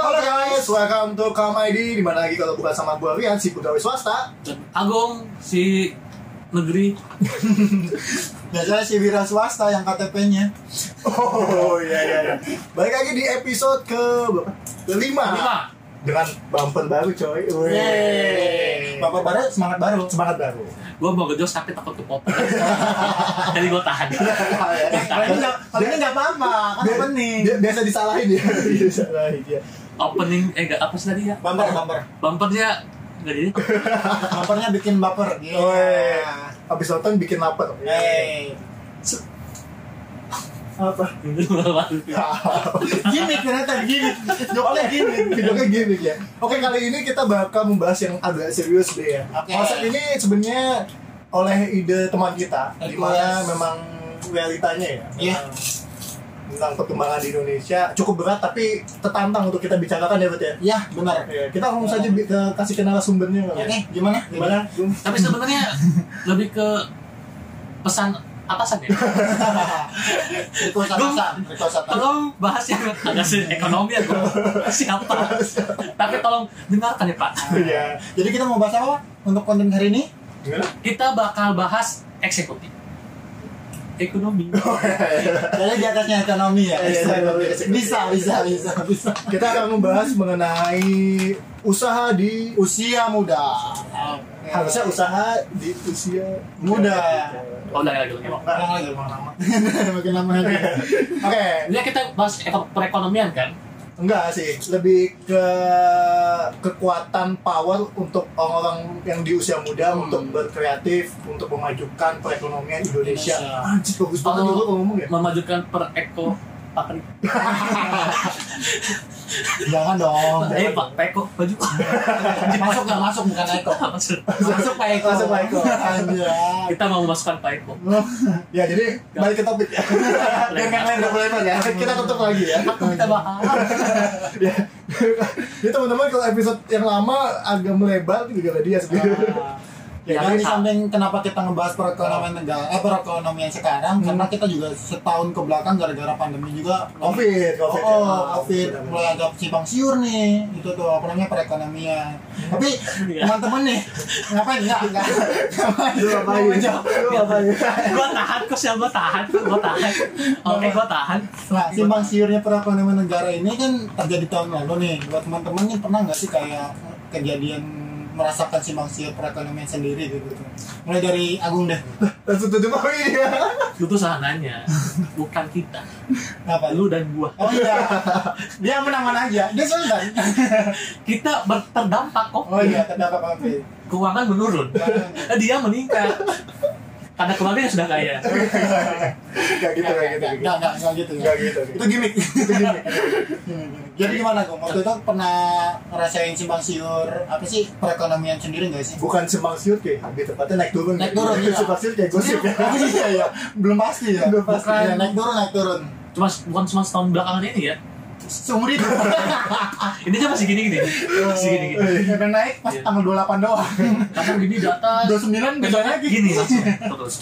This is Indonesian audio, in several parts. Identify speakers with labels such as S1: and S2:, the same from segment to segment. S1: podcast welcome to Kamaidi Dimana lagi kalau bukan sama gue Rian, si pegawai swasta
S2: Agung si negeri
S3: Biasanya Ya, si wira swasta yang KTP-nya.
S1: Oh iya iya iya Balik lagi di episode ke berapa? Kelima
S2: lima
S1: Dengan bumper baru coy Wih.
S3: Yeay. Bapak baru semangat baru.
S1: Semangat baru
S2: gue mau ngejokes tapi takut kepop jadi gue tahan
S3: Iya, Kalau ini nggak- kalau ini nggak apa-apa, kan
S1: Dia-
S3: opening.
S1: dia- Biasa disalahin ya Disalahin ya
S2: opening eh gak, apa sih tadi ya
S3: Bumper, bumper.
S2: bumpernya gak jadi
S3: Bumpernya bikin baper. Iya.
S1: Weh. Abis nonton bikin lapar
S3: Hey.
S1: Apa?
S3: Gimik ternyata gimik. Joknya gimik.
S1: Videonya gimmick ya Oke kali ini kita bakal membahas yang agak serius deh ya
S3: Oke.
S1: Konsep ini sebenarnya oleh ide teman kita
S3: Yes.
S1: Dimana memang realitanya ya
S3: Iya.
S1: memang Tentang perkembangan di Indonesia Cukup berat tapi tertantang untuk kita bicarakan ya Bet ya
S3: Ya, benar.
S1: Ya, kita langsung saja bi- ke, kasih ke narasumbernya
S3: Oke,
S1: kali ya.
S3: gimana?
S1: Gimana? Gung?
S2: tapi sebenarnya lebih ke pesan atasan ya
S3: Request atasan, request atasan.
S2: tolong bahas yang agak se- ekonomi ya gua. siapa tapi tolong dengarkan ya pak
S1: Iya.
S3: Jadi kita mau bahas apa Pak? untuk konten hari ini?
S1: Gimana?
S2: kita bakal bahas eksekutif ekonomi
S3: Jadi di atasnya ekonomi ya.
S1: Iya, ekonomi, eksekutif.
S3: Bisa, bisa, bisa, bisa.
S1: Kita akan membahas mengenai usaha di
S3: Usia muda.
S1: harusnya usaha di usia
S3: Iya. Muda.
S2: oh udah lagi lagi
S3: Nah, Orang lagi makin lama. makin lama lagi.
S1: Oke,
S2: Ini kita bahas eko- perekonomian kan
S1: enggak sih, lebih ke kekuatan power untuk orang-orang yang di usia muda
S2: Hmm.
S1: untuk berkreatif, untuk memajukan perekonomian Indonesia.
S3: Indonesia.
S1: Anjir bagus banget
S2: Kalau-
S1: dulu kalau ngomong ya.
S2: memajukan pereko pakri
S3: Jangan
S1: Oh,
S3: dong.
S2: eh pak peko baju
S3: Masuk nggak masuk bukan Eko.
S2: Maksud-
S3: Masuk Pak Eko.
S1: Masuk Pak Eko.
S3: Anjay.
S2: kita mau memasukkan pak eko
S1: Ya jadi balik ke topik ya. Dan yang lain udah mulai ya. Kita tutup lagi ya.
S2: kita bahas
S1: Ya. Jadi teman-teman kalau episode yang lama agak melebar itu juga dia sebenarnya.
S3: Ya,
S2: Ya,
S3: jadi di
S2: kan?
S3: samping kenapa kita ngebahas perekonomian negara, eh, perekonomian sekarang, karena kita juga setahun ke belakang gara-gara pandemi juga
S1: Covid, Covid. ya.
S3: Oh, COVID
S1: Benar-benar.
S3: mulai agak simpang siur nih, itu tuh apa namanya perekonomian. Tapi
S2: Iya.
S3: teman-teman nih, ngapain enggak enggak?
S1: Lu ngapain? Lu ngapain?
S2: gua tahan kok siapa gua tahan gua tahan oke gua tahan
S3: Nah, simpang siurnya perekonomian negara ini kan terjadi tahun lalu nih. Buat teman-teman nih pernah nggak sih kayak kejadian merasakan simpang siur perekonomian sendiri gitu tuh. Mulai dari Agung deh.
S1: Langsung tutup apa ini ya?
S2: lu tuh sahanannya bukan kita
S3: Apa
S2: lu
S3: lu?
S2: dan gua
S3: Oh iya. Dia menangan aja. Dia sultan.
S2: kita ber- terdampak kok
S3: Oh iya, terdapat COVID.
S2: keuangan menurun dia meningkat karena keluarganya sudah kaya
S1: Gak gitu, gak gitu.
S3: Enggak, enggak, enggak gitu ya.
S1: Gak gitu.
S3: itu gimmick itu gimmick jadi gimana kok waktu itu pernah ngerasain simpang siur apa sih perekonomian sendiri nggak sih
S1: Bukan simpang siur kayak hampir tepatnya naik turun.
S3: Naik turun, iya.
S1: Simpang siur kayak gosip ya.
S3: iya ya belum pasti ya
S1: Belum pasti.
S3: Bukan, naik turun naik turun
S2: cuma bukan cuma setahun belakangan ini ya ah,
S3: seumur itu
S2: ini aja masih gini gini masih gini gini
S3: udah naik pas
S2: Iya.
S3: tanggal 28 doang
S2: karena gini di atas
S3: 29 beda
S2: Besoknya
S3: lagi
S2: gini langsung terus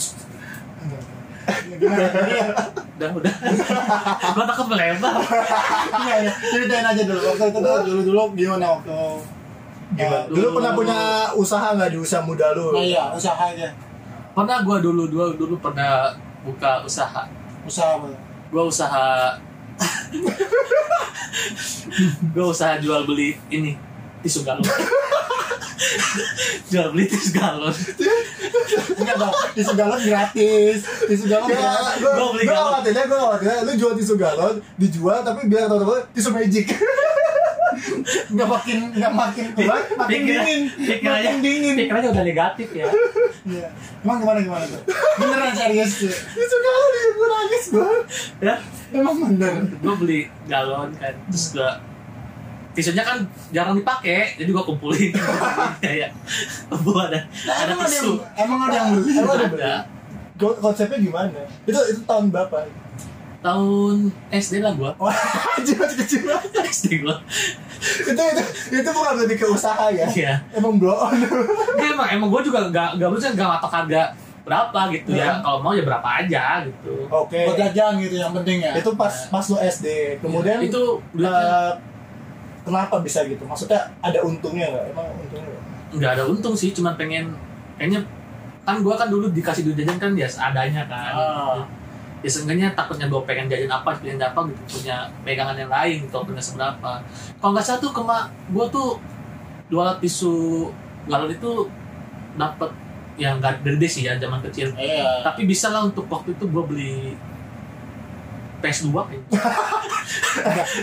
S3: gimana Iya.
S2: udah udah gua takut melebar
S3: iya iya ceritain aja dulu waktu itu dulu dulu gimana waktu
S1: Gimana?
S3: Eh,
S1: Dulu pernah punya usaha nggak di usia muda lu?
S3: oh iya usaha aja
S2: pernah gua dulu dulu dulu pernah buka usaha
S3: usaha apa
S2: gua usaha gua usaha jual beli ini tisu galon jual beli tisu galon
S3: enggak dong tisu galon gratis tisu galon
S2: Iya.
S1: Ya,
S3: gratis
S1: gue
S2: Gua beli
S1: gue
S2: galon.
S1: khawatirnya, gue khawatirnya lu jual tisu galon, dijual tapi biar tau tau tisu magic.
S3: nggak makin nggak makin
S2: Iya.
S3: kuat makin dingin
S2: pikirannya
S3: makin dingin
S2: pikirannya udah negatif ya
S3: Iya. emang gimana gimana tuh beneran serius tuh
S1: tisu galon ya, gue nangis gue.
S2: ya
S3: emang bener
S2: gua beli galon kan terus gua tisunya kan jarang dipakai jadi gua kumpulin kayak bu ada
S3: Nah,
S2: ada
S3: emang ada yang
S2: tisu
S3: emang ada yang beli
S1: Emang ada beli?
S2: ada
S1: Gua- Konsepnya gimana? Itu itu tahun berapa?
S2: tahun SD lah gua
S3: Oh,
S1: Wah, anjir masih kecil banget.
S3: iya?
S2: SD gua
S1: Itu itu itu bukan lebih ke usaha
S3: Oh.
S1: ya.
S2: Iya.
S1: Emang blow on.
S2: Nggak, emang emang gue juga nggak nggak bisa nggak ngatok harga berapa gitu ya
S1: Iya.
S2: kalau mau ya berapa aja gitu
S1: Oke.
S3: buat jajan gitu yang penting ya
S2: Iya,
S1: Itu pas pas lu SD. Kemudian
S2: itu
S1: eh,
S2: duitnya
S1: kenapa bisa gitu? Maksudnya ada untungnya nggak? Emang untungnya nggak?
S2: nggak ada untung sih cuman pengen kayaknya kan gua kan dulu dikasih duit jajan kan ya seadanya kan
S1: Ah.
S2: ya seenggaknya takutnya gua pengen jajan apa pengen apa gitu punya pegangan yang lain gitu punya seberapa kalau nggak salah tuh kema gua tuh dua alat tisu galon itu dapat yang nggak gede sih ya zaman kecil
S3: Iya.
S2: tapi bisa lah untuk waktu itu gua beli PS2 kayaknya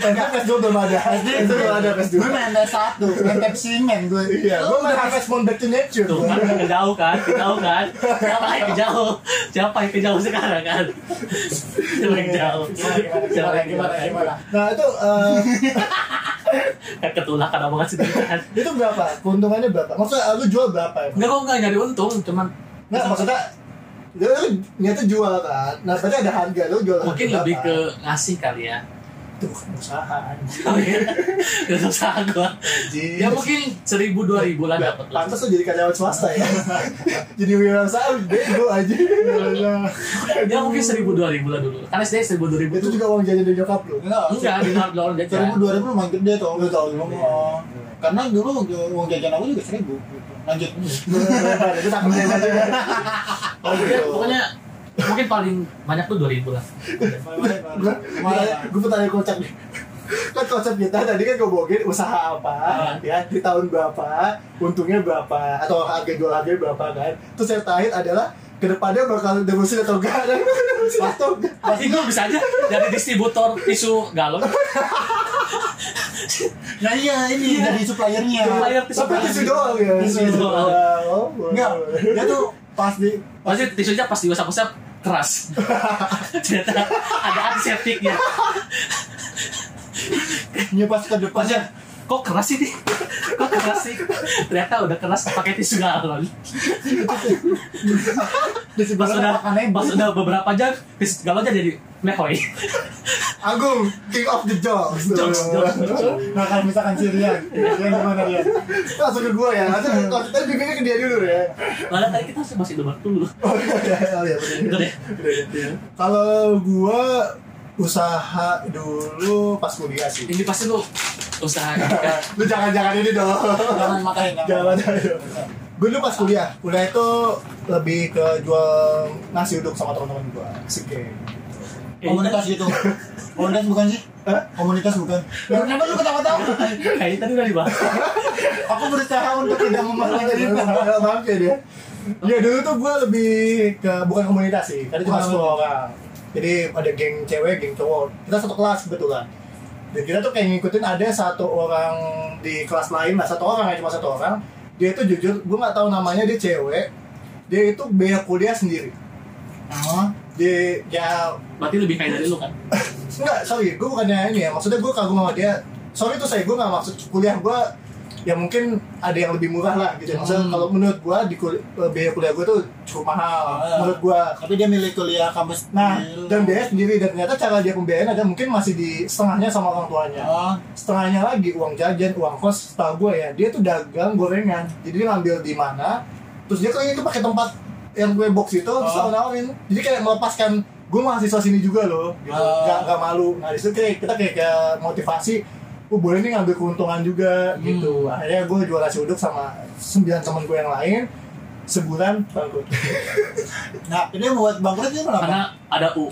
S1: Enggak, PS2 kan belum ada.
S3: SD itu
S1: belum ada PS2.
S3: Gue main PS1, main Pepsi-Man gue.
S1: Iya, gue main Harvest Moon Back to Nature.
S2: tuh kan kejauh kan kejauh kan siapa yang kejauh siapa yang kejauh sekarang kan siapa
S3: Iya.
S2: yang jauh
S3: Gimana,
S2: Siapa
S3: gimana, gimana,
S2: yang
S3: gimana,
S2: jauh?
S3: gimana?
S1: Nah itu eh,
S2: Kan ketulakan omongan sendiri kan
S1: itu berapa? Keuntungannya berapa? Maksudnya eh, lu jual berapa emang?
S2: Enggak, kok nggak nyari untung, cuman
S1: Nggak, maksudnya lu lu niatnya jual kan? Nah berarti ada harga lu jual
S2: mungkin
S1: harga
S2: lebih ke
S1: berapa?
S2: ngasih kali ya.
S1: Itu bukan usaha anjing.
S2: Gak usaha gua. Ya mungkin seribu dua ribu lah dapat lah.
S1: Pantes lu jadi karyawan swasta ya Jadi wirausaha bego aja
S2: Ya mungkin seribu dua ribu lah dulu. Karena SD seribu dua ribu
S1: Itu
S2: itu
S1: juga uang jajan dari nyokap lu
S3: Enggak,
S2: enggak di dalam dalam jajan.
S3: 2000 2000 lumayan gede tuh.
S1: Lu tau lu
S2: Iya,
S3: Belum,
S1: mau
S3: oh. Karena dulu uang jajan aku juga 1000 gitu. Lanjut.
S2: Iya.
S1: Itu takutnya aja Oh
S2: Ya,
S1: gitu
S2: pokoknya mungkin paling banyak tuh dua ribu lah.
S1: gue
S2: Iya.
S1: gue bertanya kocak nih kan konsep kita tadi kan ngomongin usaha apa
S2: Ah.
S1: ya di tahun berapa untungnya berapa atau harga jual harganya berapa kan terus yang terakhir adalah kedepannya bakal demosin atau enggak dan demosin atau enggak
S2: Pasti gua bisa aja dari distributor tisu galon.
S3: Nah iya ini dari suppliernya.
S2: Supplier tisu
S1: tapi tisu doang ya
S2: Tisu doang.
S1: Oh,
S3: Enggak,
S1: wow.
S3: dia tuh pas di
S2: Pasti tisunya pas diusap-usap keras. Ternyata ada antiseptiknya.
S3: dia pas ke depan
S2: Pasnya, kok keras sih nih? Kok keras sih? Ternyata udah keras pakai tisu galon.
S3: di sebelah
S2: Pas udah,
S3: makannya
S2: pas udah beberapa jam, tisu galonnya jadi mehoy.
S1: Agung king of the jokes
S2: Jokes, jokes, jokes.
S3: Nah kalau misalkan si Rian, Rian gimana Rian?
S1: langsung ke gue ya nanti konten bikinnya ke dia dulu ya
S2: Malah tadi kita masih debat dulu.
S1: oh iya iya oh, iya bener.
S2: Bener ya?
S1: kalau gua usaha dulu pas kuliah sih
S2: Ini pasti lu usaha gitu kan.
S1: lu jangan-jangan ini dong
S3: Jangan makain
S1: jangan jangan gue dulu pas kuliah kuliah itu lebih ke jual nasi uduk sama teman-teman gua asik ya
S3: Komunitas gitu Komunitas bukan sih?
S1: Hah?
S3: Komunitas bukan Loh, Kenapa lu ketawa-tawa?
S2: Kayaknya tadi udah dibahas.
S3: Aku berusaha untuk tidak memasukkan itu
S1: maaf ya dia ya dulu tuh gua lebih ke bukan komunitas sih karena cuma
S3: Bukan
S1: 10 orang jadi ada geng cewek geng cowok kita satu kelas kebetulan dan kita tuh kayak ngikutin ada satu orang di kelas lain lah satu orang ya cuma satu orang dia itu jujur gua nggak tahu namanya dia cewek dia itu biaya kuliah sendiri
S3: Ah,
S1: dia ya
S2: Berarti lebih kaya dari lu kan?
S1: Enggak, sorry, gue bukannya ini ya Maksudnya gue kagum sama dia Sorry tuh saya, gue gak maksud kuliah gue Ya mungkin ada yang lebih murah lah gitu Maksudnya
S3: Hmm.
S1: kalau menurut gue di kul- eh, biaya kuliah gue tuh cukup mahal
S3: Ah.
S1: Menurut gue
S3: Tapi dia milik kuliah kampus
S1: Nah,
S3: sendiri.
S1: dan dia sendiri Dan ternyata cara dia pembiayaan ada mungkin masih di setengahnya sama orang tuanya
S3: Ah,
S1: Setengahnya lagi uang jajan, uang kos Setahu gue ya, dia tuh dagang gorengan Jadi dia ngambil di mana Terus dia keliling tuh pakai tempat yang gue box itu Terus
S3: Ah.
S1: nawarin Jadi kayak melepaskan Gue mahasiswa sini juga loh gitu.
S3: Ah.
S1: Gak, nggak malu nah disitu kayak kita kayak, kayak motivasi oh boleh nih ngambil keuntungan juga gitu akhirnya gue jual nasi uduk sama sembilan teman gue yang lain sebulan bangkrut
S3: Nah, ini buat bangkrut itu kenapa?
S2: Karena ada U,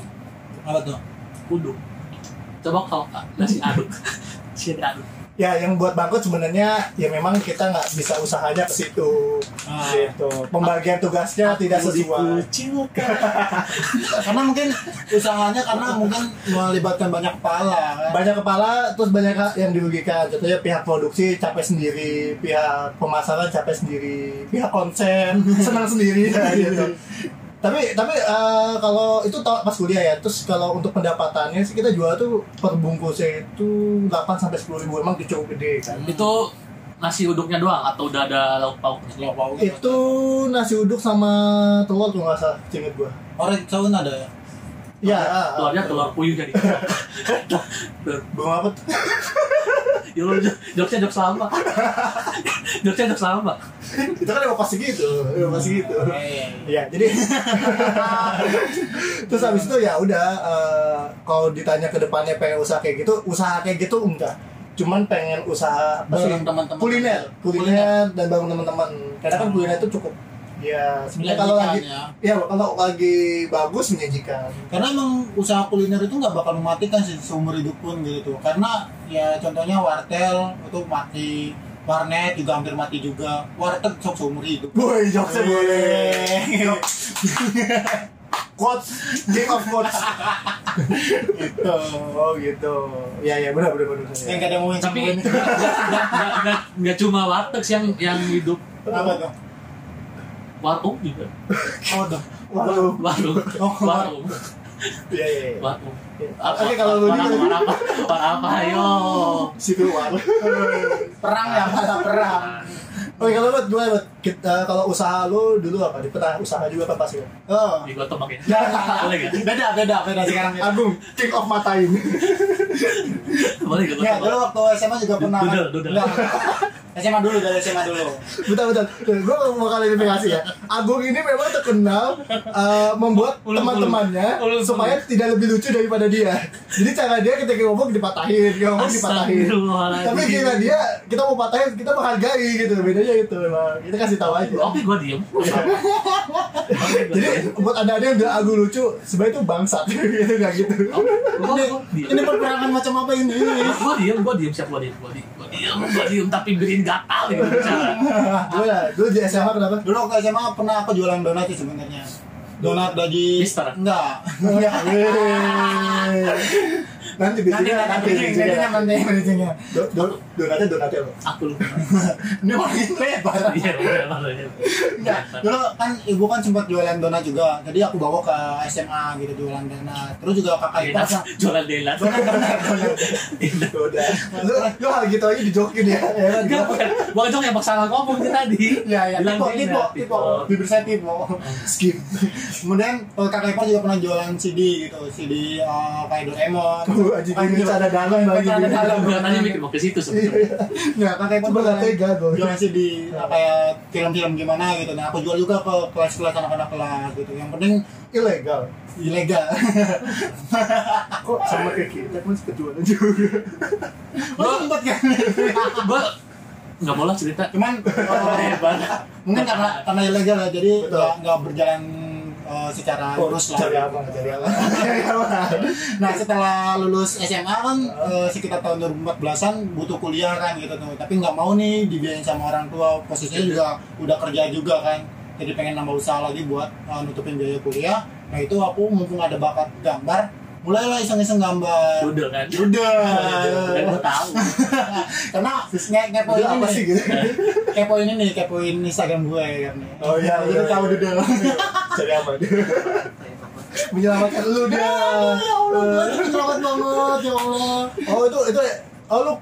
S3: Apa tuh?
S2: uduk. Coba kalau nasi aduk. Si ada aduk.
S1: ya yang buat bangkrut sebenarnya ya memang kita nggak bisa usahanya ke situ
S3: Ah.
S1: gitu pembagian tugasnya Iya, tidak
S2: Aku
S1: sesuai
S2: dikucilkan.
S3: Karena mungkin usahanya karena mungkin melibatkan banyak kepala kan?
S1: banyak kepala terus banyak yang dirugikan contohnya pihak produksi capek sendiri pihak pemasaran capek sendiri pihak konsen senang sendiri ya, gitu. tapi tapi eh, kalau itu tau- pas kuliah ya terus kalau untuk pendapatannya sih kita jual tuh per bungkusnya itu 8 sampai sepuluh ribu emang cukup gede kan
S2: Itu nasi uduknya doang atau udah ada lauk pauknya?
S3: Loh, bau gitu.
S1: itu nasi uduk sama telur tuh nggak salah cinget gua
S3: Orange sound ada ya?
S1: ya
S2: telurnya telur puyuh jadi
S1: belum apa tuh
S2: ya lu jok- jokesnya jok lama jokesnya jok lama
S1: itu kan emang pasti gitu emang pasti gitu
S3: Iya, iya, iya.
S1: Iya, jadi terus habis itu ya udah eh, kalau ditanya ke depannya pengen usaha kayak gitu, usaha kayak gitu enggak. cuman pengen usaha apa sih
S3: bareng teman-teman
S1: kuliner kuliner dan bangun teman-teman karena kan kuliner itu cukup ya sebenarnya kalau lagi
S3: Menyajikan, ya.
S1: ya kalau lagi bagus menyajikan
S3: karena emang usaha kuliner itu nggak bakal mematikan sih seumur hidup pun gitu tuh karena ya contohnya wartel itu mati warnet juga hampir mati juga warteg sok seumur hidup Iya.
S1: Boy, jokesnya ya, boleh.
S3: Wih.
S1: Quotes, king of quotes.
S3: gitu
S1: oh gitu. Ya ya benar benar benar.
S3: yang gak ada yang mau yang
S2: tapi
S3: sambungin.
S2: nggak- nggak nggak- nggak- nggak cuma warteg sih yang yang hidup
S3: apa tuh
S2: warung juga
S3: oh tuh
S1: Waduh.
S2: warung
S3: Oh,
S2: warung
S1: Ya ya. ya.
S2: warung
S1: Oke kalau lu
S2: warung
S1: ini
S2: warung apa warung apa ayo
S1: si keluar.
S3: perang ya malah perang
S1: Oke kalau buat gimana buat kita kalau usaha lu dulu apa? Di pernah usaha juga kan pasti. kan?
S3: oh
S2: digotong pakai ya. boleh nggak
S3: beda beda
S1: Nah,
S3: beda sekarang ya. beda.
S1: Agung, king of matain.
S2: boleh nggak
S3: Ya,
S2: gotong
S3: dulu waktu SMA juga
S2: Dudel,
S3: pernah. kan?
S2: dudel.
S3: Enggak. SMA dulu, dari SMA dulu.
S1: Bentar bentar. Gue mau klarifikasi ya. Agung ini memang terkenal eh, membuat
S2: Ulung,
S1: teman-temannya
S2: ulung. Ulung,
S1: supaya tidak lebih lucu daripada dia. Jadi cara dia ketika ngomong dipatahin, ngomong dipatahin.
S2: Astagfirullahaladzim.
S1: Tapi kira dia kita mau patahin, kita menghargai gitu. Bedanya itu memang. Kita kasih tahu aja.
S2: oke gue diem Oke, gua
S1: Jadi
S2: diem.
S1: buat ada-ada yang bilang Agung lucu, sebenarnya itu bangsat gitu nggak gitu.
S2: Gua-
S3: Ini,
S2: gua diem.
S3: ini perperangan macam apa ini?
S2: gue diem, gue diem, siap gue diem, gue diem, gue diem, gue diem, tapi bikin gatal gitu bicara.
S1: Gimana? Dulu di SMA kenapa?
S3: Dulu waktu SMA pernah aku jualan donat sih sebenarnya. Donat bagi
S2: Mister.
S3: Enggak.
S1: Iya. Wih. Nanti bijinya nanti bijinya nanti.
S3: nantinya.
S1: Do- do- Donatnya donatnya loh.
S2: Aku lupa.
S3: Ini orang ini lebar.
S2: Iya, udah, udah, udah.
S3: Enggak. Dulu kan ibu kan sempat jualan donat juga. Jadi aku bawa ke SMA gitu jualan donat. Terus juga kakak
S2: Jualan
S3: ipar.
S2: donat, Iya, Jualan donat. Donat.
S1: Udah. Lu lu hal gitu aja dijokin ya. ya kan?
S2: Enggak, bukan. Bang Jong yang salah ngomong dia tadi.
S3: Ya, ya,
S2: Bilang
S3: tipe,
S2: donat,
S3: tipe, tipe. Bibir saya tipe.
S1: Skip.
S3: Kemudian eh, kakak ipar juga pernah jualan CD gitu, CD eh, kayak Doraemon.
S1: Tuh, anjing
S3: Kayak
S1: ini
S3: jualan-
S1: cara dalam lagi.
S3: Cara dalam.
S2: Kalau gue tanya mikir mau ke situ
S1: Iya.
S2: sebenarnya.
S3: Nggak, kakak ipar
S1: Cuma nggak
S3: jualan-
S1: tega gue.
S3: Jualan CD eh, kayak film-film gimana gitu. Nah, aku jual juga ke kelas-kelas anak-anak kelas gitu. Yang penting
S1: Ilegal.
S3: ilegal.
S1: Kok sama kayak kita kan kejualan juga.
S3: Lo sempet kan?
S2: Gue nggak mau lah cerita. Iya,
S3: Cuman eh,
S2: Hebat.
S3: mungkin karena karena ilegal ya, jadi
S1: Betul. Oh,
S3: nggak nggak berjalan eh, secara lurus
S1: cari
S3: lah. ya.
S1: apa? Cari apa? Cari apa?
S3: Nah setelah lulus SMA kan eh, sekitar tahun 2014an butuh kuliah kan gitu tuh Tapi nggak mau nih dibiayain sama orang tua Posisinya juga udah kerja juga kan Jadi pengen nambah usaha lagi buat eh, nutupin biaya kuliah Nah itu aku mumpung ada bakat gambar Mulailah iseng-iseng gambar
S2: Udah kan. Udah
S3: Udah
S2: gue tahu.
S3: Karena nge
S1: Itu
S3: kepoin
S1: apa
S3: ini
S1: sih
S3: nih
S1: gitu?
S3: Kepoin ini nih, kepoin Instagram gue kan
S1: Oh iya,
S3: Jadi
S1: iya,
S3: tahu
S1: iya.
S3: dudel
S1: Cari apa? Menyelamatkan lu dia. Eh.
S3: Ya Allah, gue selamat banget ya Allah
S1: Oh itu itu oh lu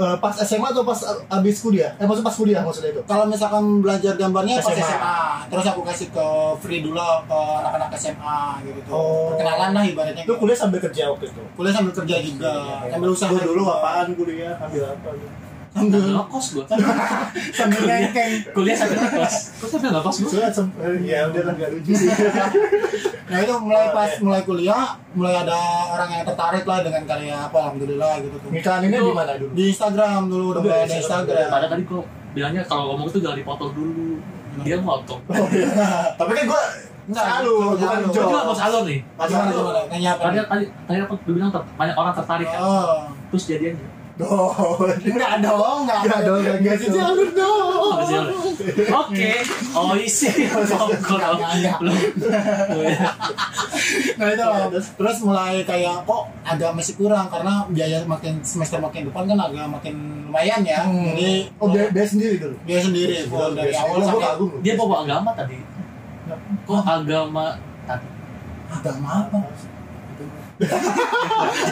S1: eh, pas SMA atau pas abis kuliah? Eh maksud pas kuliah maksudnya itu.
S3: kalau misalkan belajar gambarnya pas
S1: SMA.
S3: SMA terus aku kasih ke free dulu ke anak-anak SMA gitu tuh
S1: Oh.
S3: perkenalan lah ibaratnya
S1: Lu kuliah Iya, sambil kerja waktu itu.
S3: kuliah sambil kerja juga sambil usaha
S1: Lu dulu
S3: juga.
S1: apaan kuliah? Ambil apa? gitu?
S3: sambil
S2: Sambil ngekos gue.
S3: sambil ngekeng
S2: Kuliah sambil ngekos. Kok sambil ngekos gue?
S1: Soalnya sem- eh, ya udah lah nggak lucu sih.
S3: nah itu mulai
S1: Oh,
S3: pas
S1: iya.
S3: mulai kuliah mulai ada orang yang tertarik lah dengan karya apa alhamdulillah gitu tuh
S1: Ngiklaninnya di mana dulu?
S3: di Instagram dulu udah
S1: Udah,
S3: mulai ada
S1: Iya. Instagram.
S3: Instagram
S2: Padahal tadi gue bilangnya kalau ngomong itu jangan dipotong dulu. Dia mau potong.
S1: Oh, iya. Tapi kan gua
S3: Enggak,
S1: selalu
S3: enggak,
S1: bukan
S3: enggak.
S2: Gue
S1: Jo.
S2: juga mau salon nih.
S3: gimana gimana nanya apa
S2: Tadi
S3: nih?
S2: tadi tadi aku bilang ter- banyak orang tertarik kan.
S3: oh
S2: Terus ya. jadiannya.
S1: Doh.
S3: enggak dong enggak
S1: Enggak dong, enggak
S3: enggak
S1: gitu.
S3: jalur dong
S2: Apa sih, Ol? Oke, oh isi
S3: Enggak, enggak, enggak. nah itu loh. terus, terus mulai kayak kok agak masih kurang karena biaya makin semester makin depan kan agak makin lumayan ya jadi
S1: oh dia, dia sendiri dulu.
S3: dia sendiri full dari
S1: Iya,
S3: awal
S1: gua
S3: sampai
S1: kagum. loh.
S2: Dia bawa agama tadi. Kok agama tadi?
S3: agama apa
S1: Ya,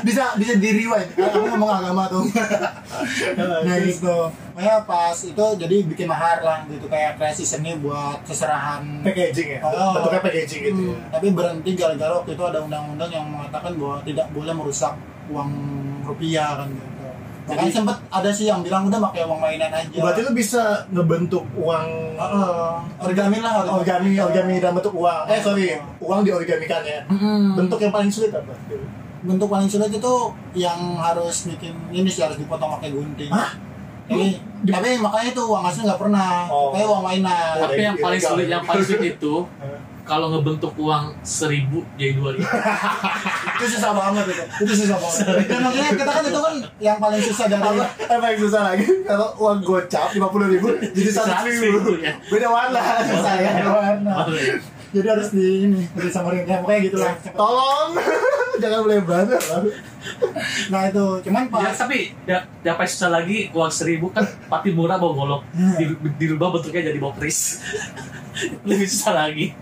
S3: bisa bisa di rewind aku ngomong agama tuh
S1: Iya,
S3: nah gitu makanya pas itu jadi bikin mahar lah gitu kayak kreasi seni buat keserahan
S1: packaging ya.
S3: Oh.
S1: Bentuknya packaging gitu ya.
S3: Hmm, tapi berhenti gara-gara waktu itu ada undang-undang yang mengatakan bahwa tidak boleh merusak uang rupiah kan gitu. Makanya
S1: Jadi-
S3: sempat ada sih yang bilang udah pakai uang mainan aja.
S1: Berarti lu bisa ngebentuk uang
S3: Heeh, origami lah
S1: Oh.
S3: origami.
S1: origami origami dalam bentuk uang. Eh sorry,
S3: Oh.
S1: uang diorigamikan ya.
S3: Mm-mm.
S1: Bentuk yang paling sulit apa?
S3: bentuk paling sulit itu yang harus bikin ini sih harus dipotong pakai gunting.
S1: Hah?
S3: Tapi,
S1: Di-
S3: tapi makanya itu uang asli nggak pernah.
S1: Oh.
S3: Kayak uang mainan.
S1: Oh.
S2: Tapi yang paling
S1: Ilegal.
S2: sulit, yang paling sulit itu kalau ngebentuk uang seribu jadi dua ribu.
S3: itu susah banget itu. Itu susah banget. Dan makanya kita kan itu kan yang paling susah dari
S1: Apa yang susah lagi? Kalau uang gocap 50 ribu jadi 100 ribu
S2: ya.
S1: Beda warna susah ya beda warna
S3: jadi harus di ini harus disamarin ya pokoknya gitu lah.
S1: Tolong Jangan melebar
S3: Nah itu cuman
S2: Ya,
S3: pas
S2: tapi ya, dapat susah lagi uang seribu kan pati murah bawa golok Di- dirubah bentuknya jadi bokris lebih susah lagi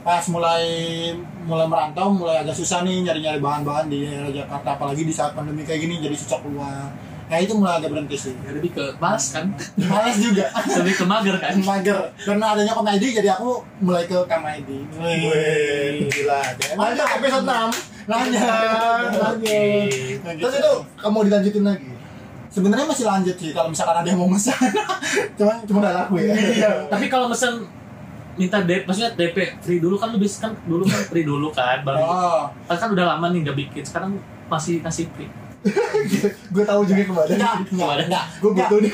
S3: pas mulai mulai merantau mulai agak susah nih nyari-nyari bahan-bahan di daerah Jakarta apalagi di saat pandemi kayak gini jadi susah keluar nah itu mulai agak berhenti sih
S2: ya, lebih ke mas kan
S3: males juga
S2: lebih ke mager kan
S3: mager karena adanya komedi jadi aku mulai ke komedi
S1: Wih Gila Lanjut episode 6
S3: lanjut lanjut
S1: Terus itu kamu dilanjutin lagi
S3: sebenarnya masih lanjut sih kalau misalkan ada yang mau pesan cuman
S1: Cuma gak laku ya
S2: tapi kalau mesen minta DP, maksudnya DP free dulu kan lu bisa kan dulu kan free dulu kan baru
S3: oh
S2: kan udah lama nih nggak bikin sekarang masih kasih free
S1: Gue tahu juga kemarin
S3: enggak enggak enggak
S1: Gue butuh nih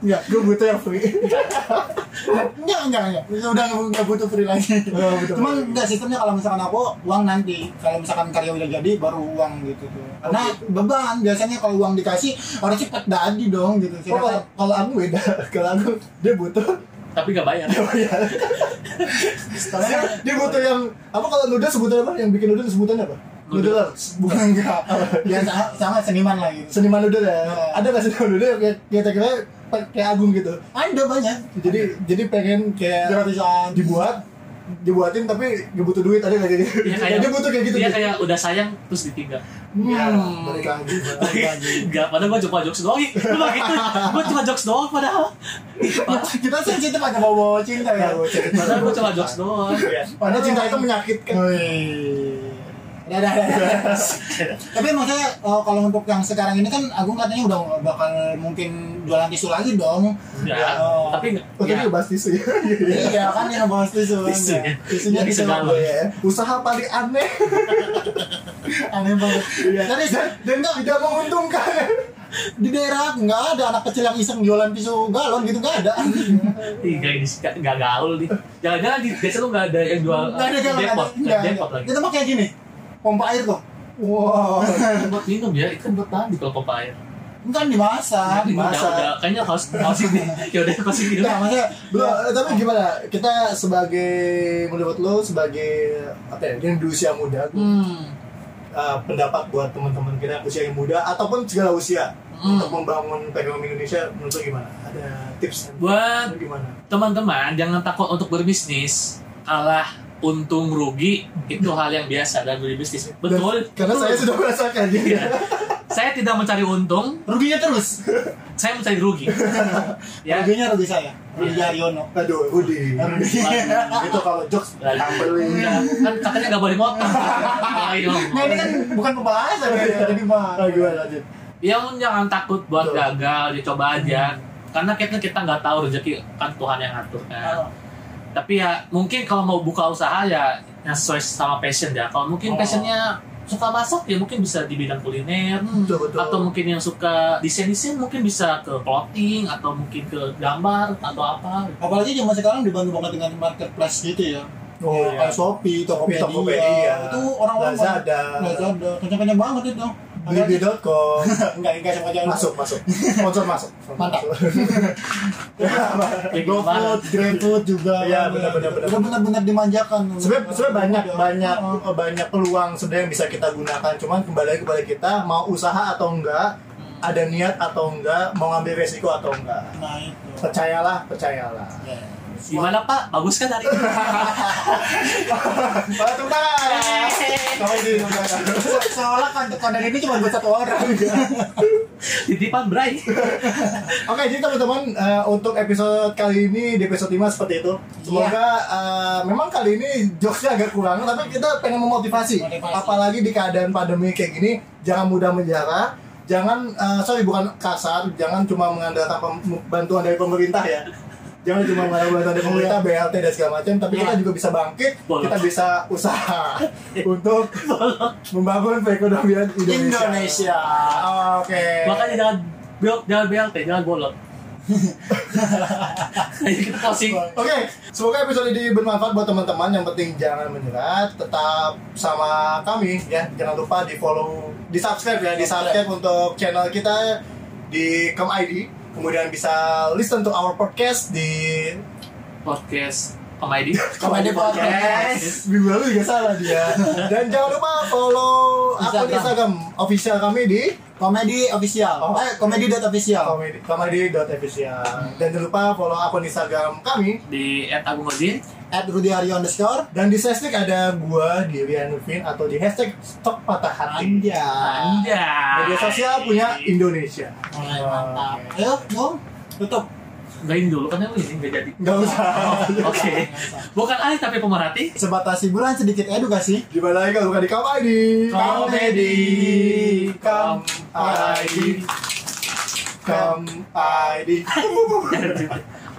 S1: Enggak Gue butuh yang free
S3: enggak enggak enggak udah enggak butuh free lagi
S1: Nggak butuh
S3: cuman
S1: free.
S3: enggak sistemnya kalau misalkan aku uang nanti kalau misalkan karya udah jadi baru uang gitu tuh karena beban biasanya kalau uang dikasih harus cepet jadi dong gitu
S1: Oh, kalau-
S3: Sedangkan-
S1: kalau aku beda kalau aku dia butuh
S2: tapi nggak bayar
S1: dia,
S3: soalnya
S1: dia butuh yang apa kalau noodles sebutannya apa yang bikin noodles sebutannya apa
S2: Noodle.
S1: noodles bukan
S3: bukan enggak ya sa- sama seniman lah gitu
S1: seniman noodle ya
S3: Ya.
S1: ada nggak seniman noodle yang kayak kayak kira kayak Agung gitu
S3: ada banyak
S1: jadi jadi pengen kayak
S3: gratisan
S1: dibuat dibuatin tapi gak butuh duit ada nggak jadi
S2: Iya, kayak-
S1: dia butuh kayak gitu
S2: dia
S1: gitu.
S2: kayak iya. udah sayang terus ditinggal
S1: Ya,
S3: Hmm.
S1: balik lagi iya,
S2: Enggak, padahal gue cuma jokes doang ih. Lu mah gitu, gue cuma jokes doang padahal
S3: kita gitu, sensitif aja bawa bawa cinta ya
S1: Bawa cinta.
S2: Padahal gue cuma jokes doang
S3: iya.
S1: padahal cinta itu menyakitkan
S3: Udah, udah, udah, udah. Tapi maksudnya eh, kalau untuk yang sekarang ini kan Agung katanya udah nggak bakal mungkin jualan tisu lagi dong.
S2: Ya,
S3: Oh.
S2: tapi nggak-
S1: Oh,
S2: ya,
S1: tadi bahas tisu ya.
S3: Iya kan yang bahas tisu. kan,
S2: Tisu,
S3: ya.
S2: ya.
S3: Tisunya
S2: Jadi
S3: tisu
S2: segala.
S1: Ya, Usaha paling aneh
S3: aneh banget.
S1: Iya.
S3: Tadi dan nggak
S1: tidak menguntungkan.
S3: di daerah aku nggak ada anak kecil yang iseng jualan tisu galon gitu nggak ada.
S2: ih, nggak ini nggak- nggak gaul nih Jangan-jangan di desa lu nggak ada yang jual
S3: Nggak ada
S2: eh,
S3: galon.
S2: Depot,
S3: nggak
S2: Eh,
S3: ada.
S2: Depot lagi
S3: Itu mah kayak gini pompa air tuh.
S1: Wow.
S2: Kan buat minum ya, itu kan buat mandi kalau pompa air
S3: Kan dimasak.
S2: Ini Iya, udah,
S1: masa.
S2: udah, kayaknya harus harus ini Ya udah, harus ini
S3: Nah, maksudnya
S1: Lu, tapi gimana? Kita sebagai menurut lu sebagai apa ya? Yang di usia muda,
S3: Hmm.
S1: eh, pendapat buat teman-teman kita yang usia yang muda ataupun segala usia
S3: Hmm.
S1: untuk membangun ekonomi Indonesia menurut lu gimana? Ada tips? Lu
S2: Buat
S1: gimana?
S2: teman-teman jangan takut untuk berbisnis kalah untung rugi itu hal yang biasa dalam berbisnis betul
S1: Dan- karena saya sudah merasakan
S2: Iya.
S1: juga.
S2: saya tidak mencari untung
S3: Ruginya terus.
S2: saya mencari rugi ya
S3: Ruginya rugi saya. Rugi
S2: Iya.
S3: Haryono.
S1: Aduh, Budi.
S3: Rugi.
S2: Waduh.
S1: itu kalau jokes
S2: Lagi.
S1: tampilin.
S2: Ya, kan katanya nggak boleh motong ayo
S3: Nah ini kan bukan pembahasan ya, jadi mah.
S1: Nah, gimana lanjut?
S2: ya jangan takut buat
S1: Betul.
S2: gagal dicoba aja karena kita kita nggak tahu rezeki kan Tuhan yang atur kan tapi ya mungkin kalau mau buka usaha ya yang sesuai sama passion ya kalau mungkin
S3: Oh.
S2: passionnya suka masak ya mungkin bisa di bidang kuliner
S1: Hmm. Betul, betul.
S2: atau mungkin yang suka desain desain mungkin bisa ke clothing atau mungkin ke gambar atau apa
S3: Apalagi zaman sekarang dibantu banget dengan marketplace gitu ya.
S1: Oh, iya.
S3: Ya, Kayak Shopee, Tokopedia,
S1: Tokopedia. iya.
S3: itu orang-orang
S1: Lazada.
S3: Lazada, kencang-kencang banget itu. Agak-
S1: Bibi.com
S3: Enggak, enggak sengaja
S1: masuk masuk sponsor masuk
S3: Mantap.
S1: Eh,
S2: Kayak gimana?
S3: GoFood, GrabFood juga.
S1: Iya, benar-benar, benar.
S3: Udah benar-benar dimanjakan.
S1: sebenarnya sebenarnya banyak banyak
S3: Oh.
S1: banyak peluang sebenarnya yang bisa kita gunakan cuman kembali lagi kepada kita mau usaha atau enggak ada niat atau enggak mau ngambil resiko atau enggak
S3: Nah, itu.
S1: percayalah percayalah
S3: Ya.
S2: gimana pak bagus kan hari ini
S1: Tepuk tangan. Kamu di tepuk tangan.
S3: Se- Seolah kan konten ini cuma buat satu orang.
S2: titipan Bray
S1: Eh. Oke, jadi teman-teman eh, untuk episode kali ini di episode 5 seperti itu. Semoga eh, memang kali ini jokesnya agak kurang, tapi kita pengen memotivasi.
S3: Motivasi.
S1: Apalagi di keadaan pandemi kayak gini, jangan mudah menjara, jangan eh, sorry bukan kasar, jangan cuma mengandalkan pem- bantuan dari pemerintah ya. jangan cuma marah-marah ada pemerintah BLT dan segala macam tapi kita juga bisa bangkit
S2: Boleh.
S1: kita bisa usaha untuk membangun perekonomian Indonesia,
S3: Indonesia.
S1: oke
S2: Makanya jangan belok, jangan BLT, jangan bolot. Ayo kita closing.
S1: Oke, semoga episode ini bermanfaat buat teman-teman. Yang penting jangan menyerah, tetap sama kami ya. Jangan lupa di follow, di subscribe ya, di subscribe untuk channel kita di Kem ID. Kemudian bisa listen to our podcast di
S2: Podcast Komedi.
S3: Komedi Podcast.
S1: Minggu lalu juga salah dia. Dan jangan lupa follow akun
S3: Instagram.
S1: Instagram official kami di
S3: Komedi official.
S1: Oh.
S3: Eh, komedi dot official.
S1: komedi- komedi.official. Dan jangan lupa follow akun Instagram kami.
S2: Di at Agung Ozin.
S3: At Rudy Aryo underscore.
S1: Dan di hashtag ada gua, Dirian Vin, atau di hashtag Stok Patah Hati.
S3: Anjay.
S2: Anjay.
S1: Ah. Media sosial punya Indonesia.
S3: Mulai mantap. Ayo, dong. Tutup.
S2: Gain dulu kan yang ini nggak jadi.
S1: Nggak usah.
S2: Oke. Bukan Ali tapi pemerhati.
S3: Sebatas hiburan sedikit edukasi.
S1: Di mana lagi kalau bukan di komedi?
S3: Komedi.
S1: Kam ID. Kam ID.
S2: Jangan.